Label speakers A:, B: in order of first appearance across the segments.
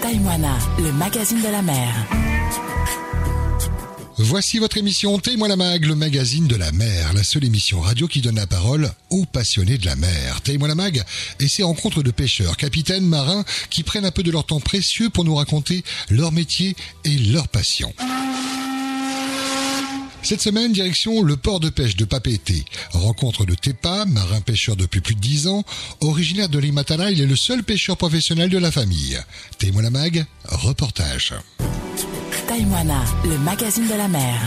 A: Taïmoana, le magazine de la mer.
B: Voici votre émission Témoin la Mag, le magazine de la mer, la seule émission radio qui donne la parole aux passionnés de la mer. Témoin la Mag et ses rencontres de pêcheurs, capitaines, marins qui prennent un peu de leur temps précieux pour nous raconter leur métier et leur passion. Cette semaine, direction le port de pêche de Papété. Rencontre de Tepa, marin pêcheur depuis plus de 10 ans. Originaire de l'Imatala, il est le seul pêcheur professionnel de la famille. Témoin la Mag, reportage.
A: Taïmoana, le magazine de la mer.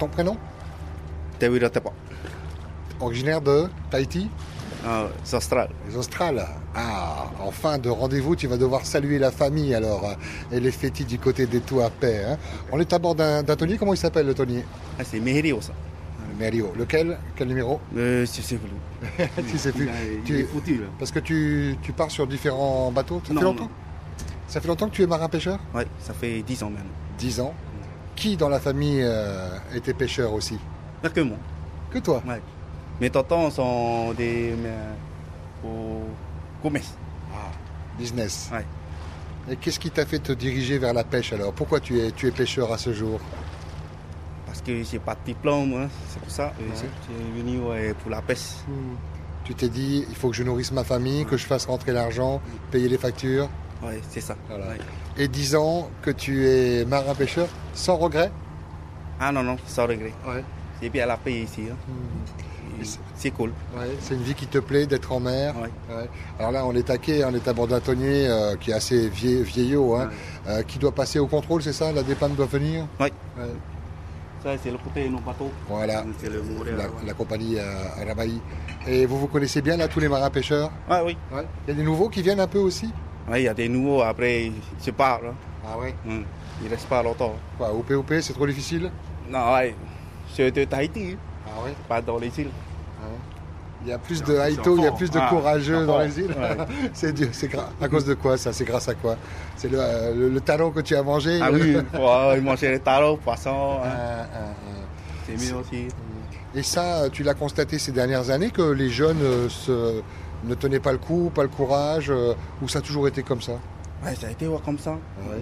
B: Ton prénom
C: Tawira Tapa,
B: Originaire de Tahiti
C: euh, Zastral.
B: Les Australes. Ah, en fin de rendez-vous, tu vas devoir saluer la famille alors euh, et les fétis du côté des toits à paix. hein. On est à bord d'un d'un tonnier. Comment il s'appelle le tonnier
C: Ah, c'est Mehri Osa.
B: Le Merio. Lequel Quel numéro
C: Euh, je sais plus.
B: Tu sais plus.
C: Il a- il
B: Tu-
C: est foutu, là.
B: Parce que tu, tu pars sur différents bateaux. Ça
C: Non,
B: fait
C: non.
B: longtemps Ça fait longtemps que tu es marin pêcheur
C: Ouais, ça fait 10 ans maintenant.
B: 10 ans. Qui dans la famille euh, était pêcheur aussi
C: Pas que moi.
B: Que toi
C: Ouais. Mes tontons sont des. euh, au commerce.
B: Ah, business.
C: Ouais.
B: Et qu'est-ce qui t'a fait te diriger vers la pêche alors Pourquoi tu es, tu es pêcheur à ce jour
C: Parce que j'ai pas de diplôme, hein, c'est pour ça. Euh, c'est- J'ai venu ouais, pour la pêche.
B: Hmm. Tu t'es dit, il faut que je nourrisse ma famille, que je fasse rentrer l'argent, payer les factures.
C: Ouais, c'est ça.
B: Voilà.
C: Ouais.
B: Et 10 ans que tu es marin-pêcheur, sans regret
C: Ah non, non, sans regret.
B: Ouais.
C: J'ai bien la paix ici. hein. Et
B: c'est-
C: C'est cool.
B: C'est une vie qui te plaît d'être en mer.
C: Ouais.
B: Ouais. Alors là, on est taqué, hein, on est à bord d'un tonnier euh, qui est assez vie- vieillot, hein, euh, qui doit passer au contrôle, c'est ça La dépanne doit venir
C: Ouais.
B: Ouais.
C: Ça, c'est le côté de nos bateaux.
B: Voilà,
C: C'est le Montréal,
B: la,
C: ouais.
B: la compagnie euh, Rabahi. Et vous vous connaissez bien là, tous les marins-pêcheurs
C: Ah oui.
B: Il y a des nouveaux qui viennent un peu aussi
C: Ouais, Il y a des nouveaux, après, je pars. hein.
B: Ah ouais
C: Hum, Il reste pas longtemps.
B: Quoi, OP, OP, c'est trop difficile
C: Non, ouais. C'est de Tahiti, hein,
B: Ah ouais
C: pas dans les îles.
B: Il y a plus de haïto, il y a plus de
C: Ah,
B: courageux dans
C: enfants,
B: les îles.
C: ouais.
B: c'est dur, c'est gra- à cause de quoi ça C'est grâce à quoi C'est le, euh, le- le talon que tu as mangé
C: Ah
B: le-
C: oui, pour euh, manger les tarots, poissons.
B: Ah,
C: hein.
B: ah, ah.
C: C'est mieux aussi.
B: Et ça, tu l'as constaté ces dernières années que les jeunes euh, se- ne tenaient pas le coup, pas le courage, euh, ou ça a toujours été comme ça
C: Ouais, ça a été ouais, comme ça.
B: ouais.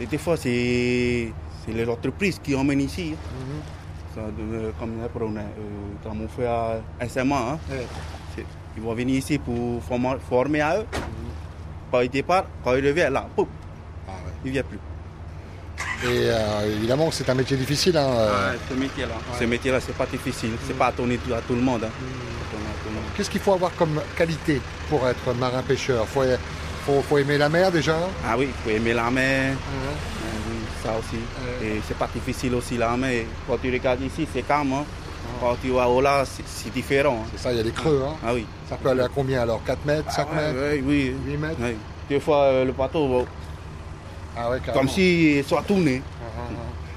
C: Et des fois, c'est c'est les entreprises qui emmènent ici. hein. Ça, de- comme après, on a, euh, quand on fait à SMA, hein,
B: Ouais.
C: c'est- ils vont venir ici pour former, former à eux. Quand ils départent, quand ils reviennent, là, pouf,
B: Ah ouais.
C: ils ne viennent plus.
B: Et euh, évidemment, c'est un métier difficile. hein, euh.
C: Ah Ouais, ce métier-là, ce métier-là, c'est pas difficile. C'est pas à tourner tout- à tout le monde. hein.
B: Mm.
C: C'est pas à tout le monde.
B: Qu'est-ce qu'il faut avoir comme qualité pour être marin-pêcheur faut, faut- faut aimer la mer déjà
C: Ah oui, il faut aimer la mer.
B: Mm.
C: Ah oui, ça aussi. Et c'est pas difficile aussi là, mais quand tu regardes ici, c'est calme. hein.
B: Mm.
C: Quand tu vas au là, c'est- c'est différent. hein.
B: C'est ça, il y a des creux. hein.
C: Ah oui.
B: Ça peut aller à combien alors 4 mètres, 5
C: Ah
B: mètres
C: ouais, ouais, oui,
B: 8 mètres
C: oui. Des fois, euh, le bateau, bon,
B: Ah ouais, carrément.
C: comme si il soit tourné. Mm.
B: Ah, ah, ah.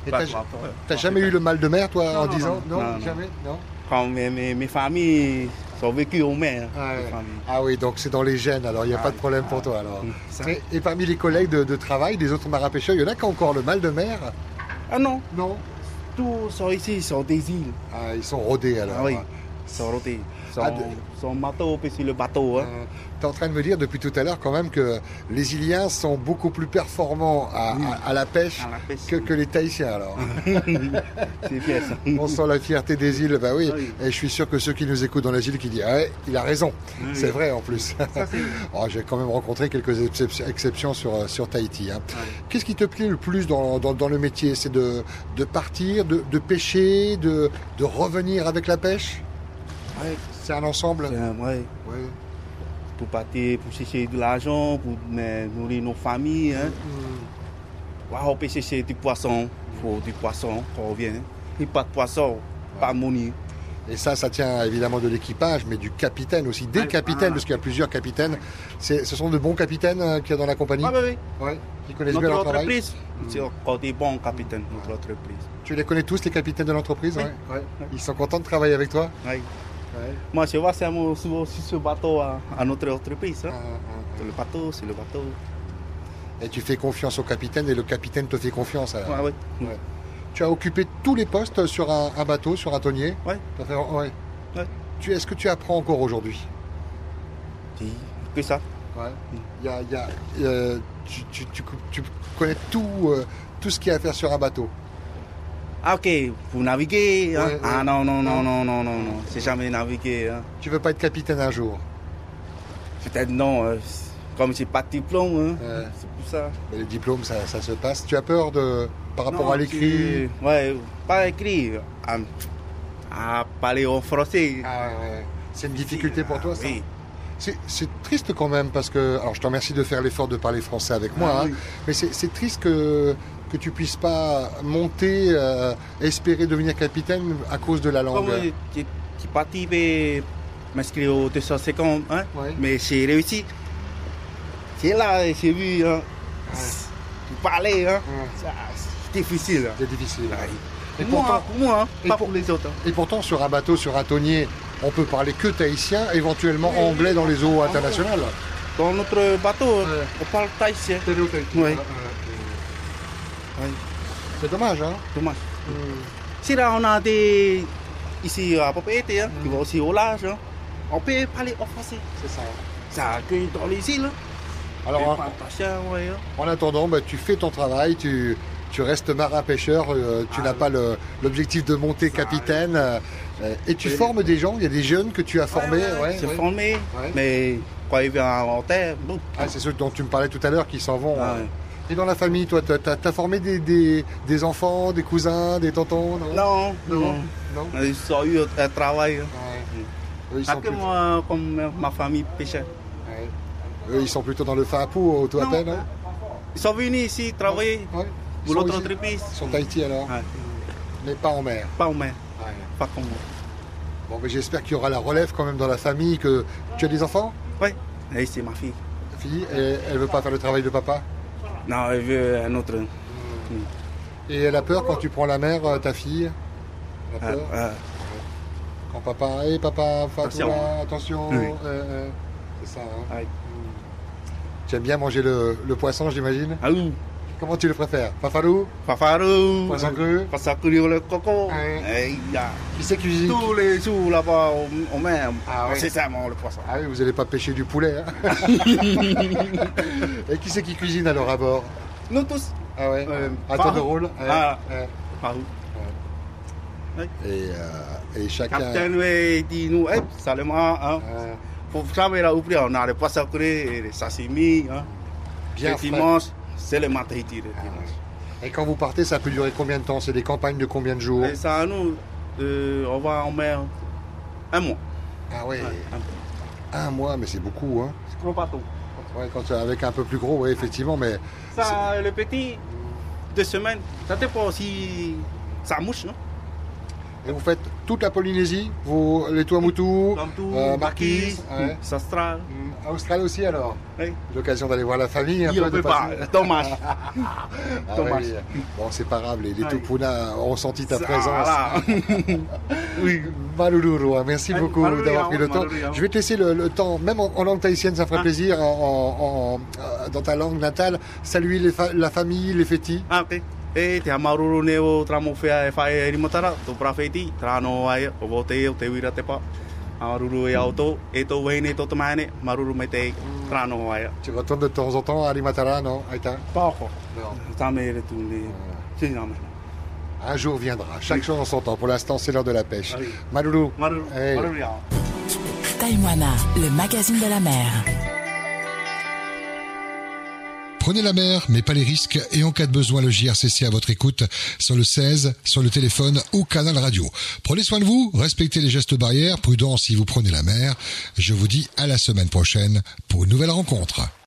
B: Et
C: Pas
B: t'as-
C: de bateau.
B: T'as jamais eu le mal de mer, toi, en 10 ans
C: non, non.
B: jamais Non
C: Quand mes, mes, mes familles sont vécues au mer.
B: Ah,
C: mes
B: ouais.
C: familles.
B: Ah oui, donc c'est dans les gènes, alors il n'y a
C: Ah,
B: pas de problème
C: ah,
B: pour toi. alors.
C: ça-
B: Mais- et parmi les collègues de, de travail, des autres marins pêcheurs, il y en a qui ont encore le mal de mer
C: Ah non,
B: Non
C: tous sont ici, ils sont des îles.
B: ah, Ils sont rodés alors. hein.
C: Ah oui, ils sont rotés. Ils sont,
B: Ah, de-
C: sont bateau, puis sur le bateau. hein.
B: Euh, T'es en train de me dire depuis tout à l'heure quand même que les Iliens sont beaucoup plus performants à, à- à la pêche,
C: À la pêche,
B: que,
C: oui.
B: que les Tahitiens alors.
C: C'est bien ça.
B: On sent la fierté des îles, bah oui.
C: Ah oui.
B: Et je suis sûr que ceux qui nous écoutent dans les îles qui disent ah ouais, il a raison. c'est
C: oui.
B: vrai en plus. Oh, J'ai quand même rencontré quelques excep- exceptions sur, euh, sur Tahiti.
C: Ah
B: hein. Qu'est-ce qui te plaît le plus dans, dans- dans le métier C'est de, de partir, de, de pêcher, de, de revenir avec la pêche
C: Ouais,
B: C'est un ensemble
C: c'est un- ouais.
B: Ouais.
C: pour partir, pour chercher de l'argent, pour euh, nourrir nos familles. Hein. Voilà, on peut chercher du poisson, faut du poisson quand on vient. Et pas de poisson, pas de monnaie.
B: Et ça, ça tient évidemment de l'équipage, mais du capitaine aussi, des
C: Ouais, Ah.
B: capitaines,
C: voilà.
B: parce qu'il y a plusieurs capitaines. C'est- Ce sont de bons capitaines euh, qu'il y a dans la compagnie
C: Ah, bah oui.
B: Ouais, qui connaissent bien
C: Notre
B: leur travail.
C: entreprise, Mm. c'est encore des bons capitaines, notre entreprise.
B: Tu les connais tous, les capitaines de l'entreprise
C: Oui.
B: ouais. Ils sont contents de travailler avec toi
C: Ouais.
B: Ouais.
C: Moi, je vois seulement sur, sur ce bateau à, à notre entreprise.
B: Euh,
C: Hein.
B: euh,
C: C'est le bateau, c'est le bateau.
B: Et tu fais confiance au capitaine et le capitaine te fait confiance. alors.
C: Ah. Ouais, ouais.
B: Ouais. Tu as occupé tous les postes sur un, un bateau, sur un tonnier
C: Ouais.
B: T'as fait- ouais.
C: Ouais.
B: Tu- Est-ce que tu apprends encore aujourd'hui
C: pays. Que ça.
B: Ouais. Il y a- il y a, euh, tu, tu- tu cou- tu connais tout, euh, tout ce qu'il y a à faire sur un bateau.
C: Ah, ok, pour naviguer. hein.
B: Ouais, ouais.
C: Ah non, non, non, non, non, non, non. C'est jamais naviguer. hein.
B: Tu veux pas être capitaine un jour.
C: Peut-être non. euh, c'est- comme j'ai pas de diplôme, hein.
B: Ouais.
C: c'est pour ça.
B: Euh, Mais les diplômes, ça, ça se passe. Tu as peur de, par rapport
C: Non,
B: à l'écrit
C: tu- Ouais, pas écrit. À, à parler en français.
B: Ah, ouais. C'est une difficulté pour toi, ça
C: ah, Oui.
B: C'est- C'est triste quand même parce que. Alors, je te remercie de faire l'effort de parler français avec moi,
C: Ah,
B: hein,
C: oui.
B: mais c'est c'est triste que, que tu puisses pas monter, euh, espérer devenir capitaine à cause de la langue.
C: Comme euh, j'ai j'ai parti mais m'inscrire au 250, hein,
B: Ouais.
C: mais j'ai réussi. C'est là, et j'ai vu. Hein. Vous parlez, hein.
B: Ouais.
C: Ça, c'est difficile. hein.
B: C'est difficile.
C: Ouais.
B: Et,
C: Pour moi,
B: pourtant,
C: hein, pour moi, hein,
B: et
C: pas
B: pour-
C: pour les autres. hein.
B: et pourtant, sur un bateau, sur un tonnier, on peut parler que tahitien, éventuellement anglais dans les eaux internationales.
C: Dans notre bateau,
B: Ouais.
C: on parle thaïsien. Ouais.
B: Ouais. C'est dommage, hein
C: Dommage. Si là, on a des. Ici, à propriété, hein, qui vont aussi au large, hein, on peut parler en français.
B: C'est ça.
C: Ça accueille dans les îles. hein.
B: Alors,
C: Et
B: en-
C: pas thaïsien, ouais, hein.
B: En attendant, bah, tu fais ton travail, tu, tu restes marin-pêcheur, euh, tu n'as pas le- l'objectif de monter capitaine. euh, euh, et tu formes des gens, il y a des jeunes que tu as formés. ouais,
C: C'est
B: ouais.
C: formé,
B: Ouais.
C: mais quand il vient en terre, boum.
B: Ah, c'est ceux dont tu me parlais tout à l'heure qui s'en vont.
C: Ah,
B: ouais.
C: ouais.
B: Et dans la famille, toi, tu as, formé des, des- des enfants, des cousins, des tontons
C: non,
B: Non.
C: non,
B: Non
C: Ils ont eu un travail.
B: Ouais. Eux, ils
C: Pas
B: sont
C: que
B: plutôt-
C: moi, comme ma famille pêchait.
B: ouais. Eux, ils sont plutôt dans le fin à pot, toi, à
C: Non.
B: peine. hein
C: Ils sont venus ici travailler
B: Ouais.
C: pour
B: Ils sont
C: l'autre
B: ici-
C: entreprise.
B: Ils sont à Haïti alors,
C: Ouais.
B: mais pas en mer.
C: Ah, Pas au même,
B: Ouais.
C: pas comme moi.
B: Bon, mais j'espère qu'il y aura la relève quand même dans la famille. Que... Tu as des enfants
C: Oui, et Eh, c'est ma fille.
B: fille et elle veut pas faire le travail de papa.
C: Non, elle veut un autre.
B: Et elle a peur quand tu prends la mère, euh, ta fille. Elle a
C: Ah,
B: peur
C: ah.
B: quand papa, hé papa, Fatoula, attention.
C: Oui.
B: euh, euh, c'est ça. hein.
C: Ouais.
B: Tu aimes bien manger le, le poisson, j'imagine.
C: Ah oui,
B: Comment tu le préfères Fafarou
C: Fafarou,
B: Poisson cru
C: Fassacrio, le coco.
B: Ouais.
C: Et il y a
B: Qui c'est qui cuisine
C: tous les jours là-bas, on, on même.
B: Ah ouais.
C: C'est ça, moi, le poisson.
B: Ah oui, vous n'allez pas pêcher du poulet. hein. et qui c'est qui cuisine alors à bord
C: Nous tous.
B: Ah ouais
C: Euh,
B: À tour de
C: Farou.
B: rôle hein. ouais,
C: Ah.
B: ouais.
C: Fafarou.
B: Et, euh, et chacun. euh,
C: Capitaine, ouais, dit nous, hey, Salema, hein.
B: Ouais.
C: Pour jamais la oublier, on a les poissons crus et les sashimi. Hein.
B: Bien
C: le
B: frais. Ah,
C: dimanche, c'est le matin le dimanche.
B: Et quand vous partez, ça peut durer combien de temps C'est des campagnes de combien de jours
C: Et ça, nous, euh, on va en mer un mois.
B: Ah ouais,
C: Un mois.
B: un mois, mais c'est beaucoup. Hein.
C: C'est gros bateau.
B: Ouais, quand c'est avec un peu plus gros, ouais, effectivement, mais
C: Ça, le petit, deux semaines, ça dépend si ça mouche. Non
B: Euh, et vous faites toute la Polynésie, vous, les Tuamotu,
C: Comme tout,
B: euh,
C: marquise,
B: Marquise, ouais.
C: Sastra.
B: Hum, Australie aussi alors
C: Ouais.
B: L'occasion d'aller voir la famille un
C: Il
B: peu,
C: ne
B: de
C: peut pas,
B: passer-
C: dommage.
B: Ah
C: dommage.
B: ouais, Bon, c'est pas grave, les, les
C: Ouais.
B: Tupuna ont senti ta
C: Ça,
B: présence.
C: là. Ah, oui.
B: Maluluru, hein, merci
C: Ah,
B: beaucoup
C: Maluluru,
B: d'avoir pris le
C: hein,
B: temps.
C: Maluluru, hein.
B: Je vais te laisser le, le temps, même en, en langue tahitienne, ça ferait
C: Ah.
B: plaisir, en, en- en- euh, dans ta langue natale, saluer les fa- la famille, les fétis.
C: Ah, ok. E te hamaruru neo tra mo fea e whae e rimotara, tō prafeti, tra no ai, o vō te o te wira te pā. Hamaruru e au tō, e tō wēne tō te maene, maruru me te, tra no ai.
B: Tu retournes de temps en temps à Alimatara, non Aïta
C: Pāko.
B: Non.
C: Tā me re tūne,
B: Ah.
C: tēnā me.
B: Un jour viendra, chaque chose en son temps. Pour l'instant, c'est l'heure de la pêche.
C: Ah oui.
B: Maloulou.
C: Maruru,
B: Hey.
C: maruru e au.
A: Taïwana, le magazine de la mer.
D: Prenez la mer, mais pas les risques, et en cas de besoin, le JRCC à votre écoute, sur le 16, sur le téléphone ou canal radio. Prenez soin de vous, respectez les gestes barrières, prudent si vous prenez la mer. Je vous dis à la semaine prochaine pour une nouvelle rencontre.